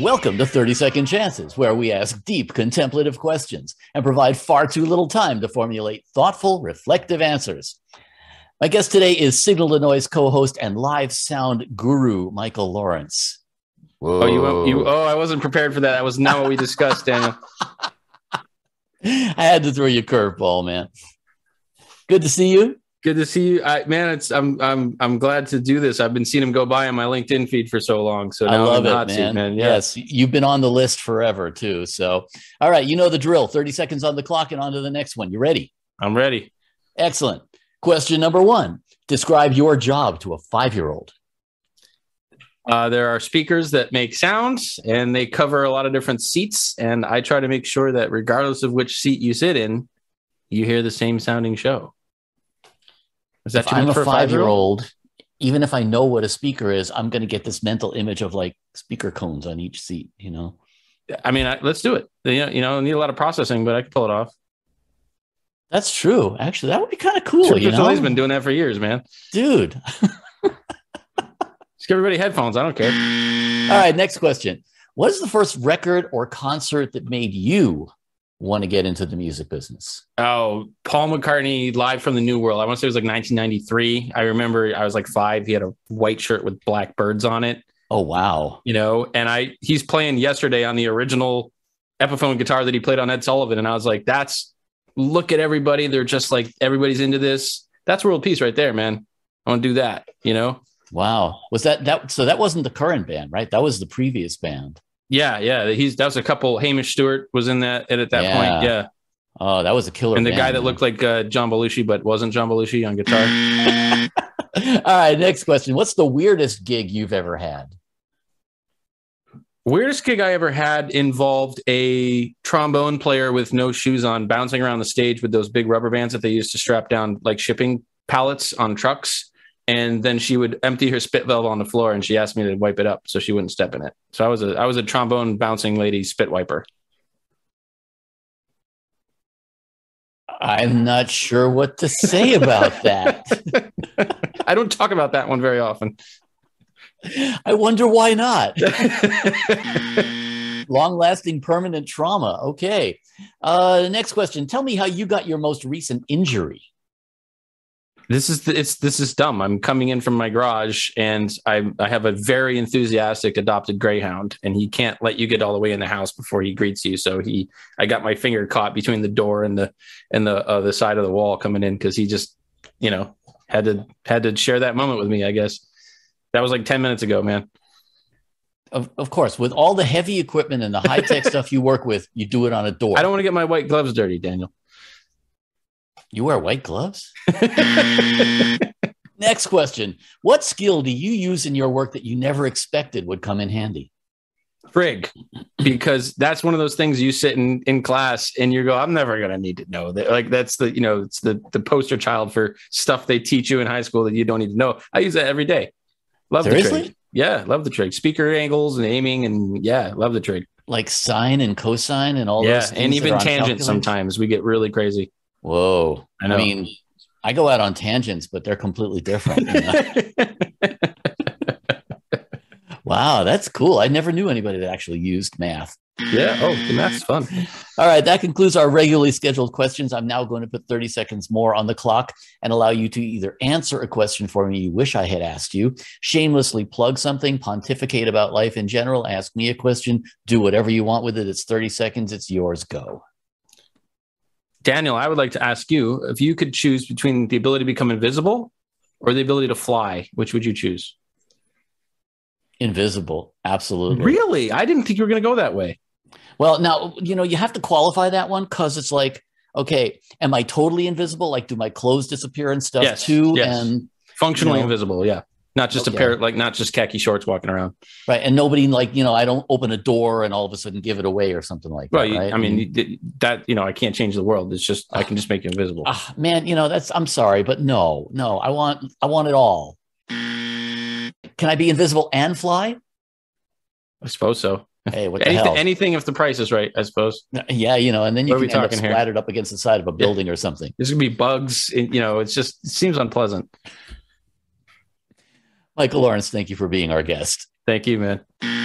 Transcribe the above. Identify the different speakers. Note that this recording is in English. Speaker 1: Welcome to 30 Second Chances, where we ask deep contemplative questions and provide far too little time to formulate thoughtful, reflective answers. My guest today is Signal to Noise co host and live sound guru, Michael Lawrence.
Speaker 2: Whoa. Oh, you, you, oh, I wasn't prepared for that. That was not what we discussed, Daniel.
Speaker 1: I had to throw you a curveball, man. Good to see you.
Speaker 2: Good to see you, I, man. It's I'm I'm I'm glad to do this. I've been seeing him go by on my LinkedIn feed for so long. So
Speaker 1: I love
Speaker 2: I'm
Speaker 1: it, man. man. Yeah. Yes, you've been on the list forever too. So, all right, you know the drill. Thirty seconds on the clock, and on to the next one. You ready?
Speaker 2: I'm ready.
Speaker 1: Excellent. Question number one: Describe your job to a five-year-old.
Speaker 2: Uh, there are speakers that make sounds, and they cover a lot of different seats. And I try to make sure that regardless of which seat you sit in, you hear the same sounding show.
Speaker 1: Is that if I'm a five year old? Even if I know what a speaker is, I'm going to get this mental image of like speaker cones on each seat. You know,
Speaker 2: I mean, I, let's do it. You know, you know, I need a lot of processing, but I can pull it off.
Speaker 1: That's true. Actually, that would be kind of cool. Sure, you know,
Speaker 2: he's been doing that for years, man.
Speaker 1: Dude, just
Speaker 2: give everybody headphones. I don't care.
Speaker 1: All right, next question. What is the first record or concert that made you want to get into the music business?
Speaker 2: Oh, Paul McCartney live from the New World. I want to say it was like 1993. I remember I was like five. He had a white shirt with black birds on it.
Speaker 1: Oh wow!
Speaker 2: You know, and I he's playing yesterday on the original Epiphone guitar that he played on Ed Sullivan, and I was like, that's look at everybody. They're just like everybody's into this. That's world peace right there, man. I want to do that. You know.
Speaker 1: Wow. Was that that? So that wasn't the current band, right? That was the previous band.
Speaker 2: Yeah, yeah. He's that was a couple. Hamish Stewart was in that at, at that
Speaker 1: Yeah.
Speaker 2: point. Yeah,
Speaker 1: Oh, that was a killer.
Speaker 2: and the
Speaker 1: band,
Speaker 2: guy that
Speaker 1: man.
Speaker 2: looked like uh, John Belushi but wasn't John Belushi on guitar.
Speaker 1: All right, next question. What's the weirdest gig you've ever had?
Speaker 2: Weirdest gig I ever had involved a trombone player with no shoes on bouncing around the stage with those big rubber bands that they used to strap down like shipping pallets on trucks. And then she would empty her spit valve on the floor, and she asked me to wipe it up so she wouldn't step in it. So I was a I was a trombone bouncing lady spit wiper.
Speaker 1: I'm not sure what to say about that.
Speaker 2: I don't talk about that one very often.
Speaker 1: I wonder why not. Long lasting permanent trauma. Okay. Uh, next question. Tell me how you got your most recent injury.
Speaker 2: this is it's this is dumb. I'm coming in from my garage and I I have a very enthusiastic adopted greyhound and he can't let you get all the way in the house before he greets you. So he I got my finger caught between the door and the and the uh, the side of the wall coming in cuz he just, you know, had to had to share that moment with me, I guess. That was like 10 minutes ago, man.
Speaker 1: Of, of course, with all the heavy equipment and the high tech stuff you work with, you do it on a door.
Speaker 2: I don't want to get my white gloves dirty, Daniel.
Speaker 1: You wear white gloves? Next question. What skill do you use in your work that you never expected would come in handy?
Speaker 2: frig because that's one of those things you sit in in class and you go i'm never going to need to know that like that's the you know it's the the poster child for stuff they teach you in high school that you don't need to know i use that every day love the
Speaker 1: Seriously?
Speaker 2: trick yeah love the trick speaker angles and aiming and yeah love the trick
Speaker 1: Like sine and cosine and all
Speaker 2: yeah
Speaker 1: those things
Speaker 2: and
Speaker 1: that are
Speaker 2: even
Speaker 1: on
Speaker 2: tangent
Speaker 1: calculus?
Speaker 2: sometimes we get really crazy
Speaker 1: Whoa.
Speaker 2: I
Speaker 1: I,
Speaker 2: know.
Speaker 1: mean, I go out on tangents, but they're completely different. you know? wow, that's cool. I never knew anybody that actually used math.
Speaker 2: yeah oh the math's fun
Speaker 1: All right, that concludes our regularly scheduled questions. I'm now going to put 30 seconds more on the clock and allow you to either answer a question for me you wish I had asked you, shamelessly plug something, pontificate about life in general, ask me a question, do whatever you want with it. It's 30 seconds, it's yours, go.
Speaker 2: daniel i would like to ask you if you could choose between the ability to become invisible or the ability to fly which would you choose
Speaker 1: Invisible, absolutely.
Speaker 2: really i didn't think you were going to go that way
Speaker 1: Well, now, you know, you have to qualify that one because it's like, okay, am I totally invisible? Like, do my clothes disappear and stuff
Speaker 2: Yes,
Speaker 1: too?
Speaker 2: yes.
Speaker 1: And
Speaker 2: functionally
Speaker 1: You know?
Speaker 2: invisible yeah not just
Speaker 1: Okay.
Speaker 2: a pair like not just khaki shorts walking around
Speaker 1: right. And nobody, like, you know, I don't open a door and all of a sudden give it away or something like
Speaker 2: well
Speaker 1: that.
Speaker 2: you,
Speaker 1: right? Mm.
Speaker 2: i mean you did- that you know i can't change the world it's just i can just make you invisible
Speaker 1: ah, man, you know, that's, I'm sorry, but no, no, I want, I want it all. Can I be invisible and fly?
Speaker 2: i suppose so
Speaker 1: Hey, what the
Speaker 2: anything,
Speaker 1: hell?
Speaker 2: anything if the price is right i suppose
Speaker 1: yeah, you know, and then you
Speaker 2: What
Speaker 1: can
Speaker 2: are we
Speaker 1: end up
Speaker 2: talking here?
Speaker 1: splattered up against the side of a building or something.
Speaker 2: there's gonna be bugs it- you know it's just it seems unpleasant
Speaker 1: Michael Lawrence, thank you for being our guest.
Speaker 2: thank you man